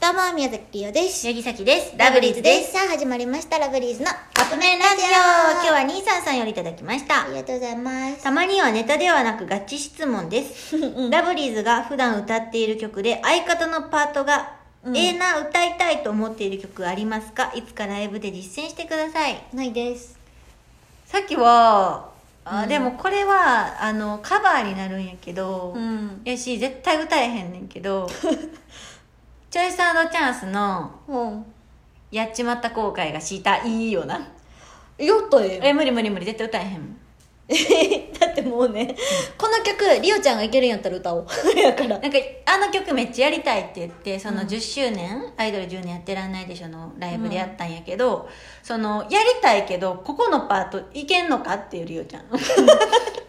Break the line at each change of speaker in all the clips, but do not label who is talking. どうも、宮崎りおです。
八木咲です。
す。。さあ、始まりました、ラブリーズの
カップ麺ラジオ今日は兄さんさんよりいただきました
あ。りがとうございます。
たまにはネタではなくガチ質問です。ラブリーズが普段歌っている曲で相方のパートが、
うん
ええな、歌いたいと思っている曲ありますかいつかライブで実践してください。
ないです。
さっきは、あ、
うん
でもこれは、あの、カバーになるんやけど、
ん。
やし、絶対歌えへんねんけど、 チョイスチャンスの、
うん。
やっちまった後悔がしたいいよな。
よっとえ
え、無理無理無理、絶対歌えへんもん。
え。 だってもうね、この曲、りおちゃんがいけるんやったら歌おう。 やから。
なんかあの曲めっちゃやりたいって言ってその10周年、アイドル10年やってらんないでしょのライブでやったんやけど、そのやりたいけどここのパートいけんのかっていうり おちゃん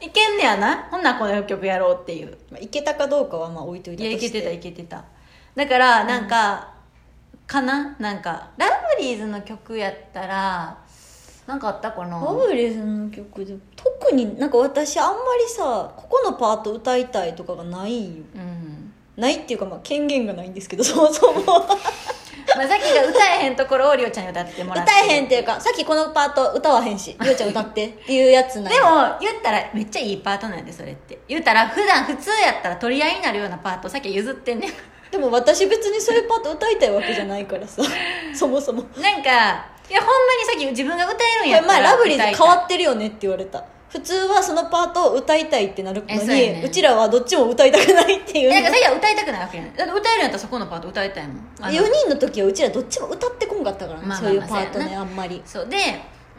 いけんねやなほんならこの曲やろうっていう
まあいけたかどうかはまあ置いといた
い
と
やい
して。
けてたいけてただからなんか、かななんかラブリーズの曲やったらなんかあったかな
ラブリーズの曲で、特になんか私あんまりさ、ここのパート歌いたいとかがないんよ。
うん
ないっていうかまあ権限がないんですけど、そもそも。
まあ、さっきが歌えへんところをりおちゃんに歌ってもらって
歌えへんっていうかさっきこのパート歌わへんしりょうちゃん歌ってっていうやつなん
で
や
も言ったらめっちゃいいパートなんでそれって言ったら普段普通やったら取り合いになるようなパートさっき譲ってんね
でも私別にそういうパート歌いたいわけじゃないから さそもそもこ
なんかいやほんまにさっき自分が歌えるんや
れ
った
前
ら
ラブリーズ変わ
っ
ってるよねって言われた普通はそのパートを歌いたいってなるの
え
にう,、
そうやね
ちらはどっちも歌いたくないっていう
なんかさっきは歌いたくないわけやねだって歌えるんやったらそこのパート歌いたいもんあの
4人の時はうちらどっちも歌ってこんかったからね、
まあまあまあ
そういうパート
そう
ね
や
あんまり
そうで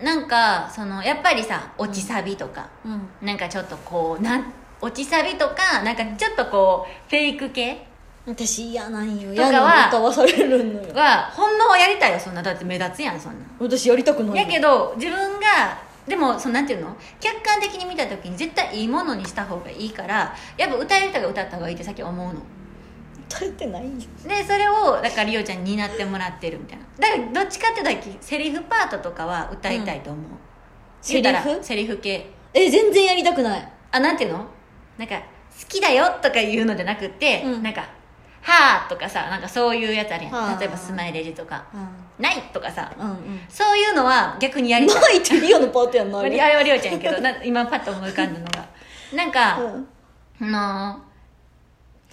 なんかそのやっぱりさ落ちサビとか、
うん
なんかちょっとこうなん落ちサビとかなんかちょっとこうフェイク系
私嫌なんよ
とかは
嫌なの歌わされるのよ
はほんまはやりたいよそんなだって目立つやんそんなん
私やりたくない
やけど自分がでもそのなんていうの客観的に見た時に絶対いいものにした方がいいからやっぱ歌える人が歌った方がいいってさっき思うの
歌えてないよ
でそれをだからリオちゃんに担ってもらってるみたいなだからどっちかっていうとセリフパートとかは歌いたいと思う、
セリ
言うた
フ
らセリフ系
え全然やりたくない
あなんていうのなんか「好きだよ」とか言うのじゃなくて、
うん
なんか「はあ」とかさなんかそういうやつあるや
はあ
ん例えば「スマイレジ」とか
うん
「ない」とかさ
うんうん
そういうのは逆にやりたい
ないってリオのパートやんな
あ
あ
れ
れ、
はりょうちゃんやけどな今パッと思い浮かんだの がなん
う
か、
ん、
あの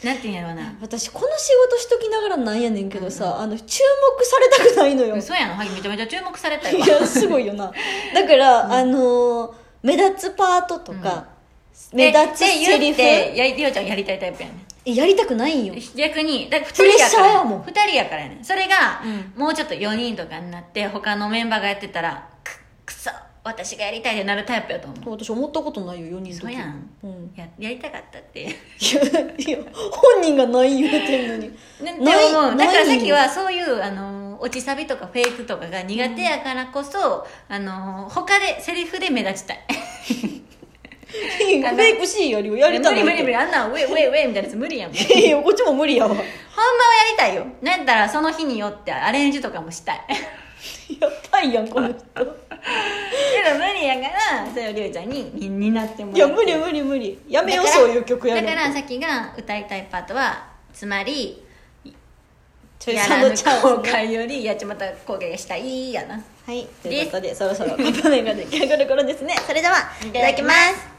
ーなんていうんやろうな
私この仕事しときながらなんやねんけどさ、あの注目されたくないのよい
嘘やん萩めちゃめちゃ注目されたよ
やすごいよなだから、あのー目立つパートとか、目立つセリフ
でやりおちゃんやりたいタイプやねん
えやりたくないんよ
逆にだから2
プレッ
人や
シャ
か
ー
ら
やもん
2人やからやねんそれが、
う
もうちょっと4人とかになって他のメンバーがやってたらくくそ私がやりたいってなるタイプやと思う
私思ったことないよ4人の時
嘘やん
うん、
ややりたかったって
いやいや本人がない言うてんのに
ね、でも
ない
もうだから
な
さ
い
っきはそういうあの落ちサビとかフェイクとかが苦手やからこそ、あの他でセリフで目立ちたい
フェイクしいよりはやりた
無
ない
理無理無理
い
あんなんウェイウェイウェイみたいなやつ無理やもんほんま
やいやこっちも無理やわ
はやりたいよなんやったらその日によってアレンジとかもしたい
やばいやんこの人
けど無理やからそれをりゅうちゃんににになってもら
いや無理無理無理やめようそういう曲や
だ
る
か
の
らだからさっきが歌いたいパートはつまり
ちょい
や
さ
ら
んの
ぬ
チャンス
後
ね
悔よりやっちまった後悔がしたいやな
はい、ということで、そろそろカップ麺が出来上がる頃ですね。それでは、いただきます。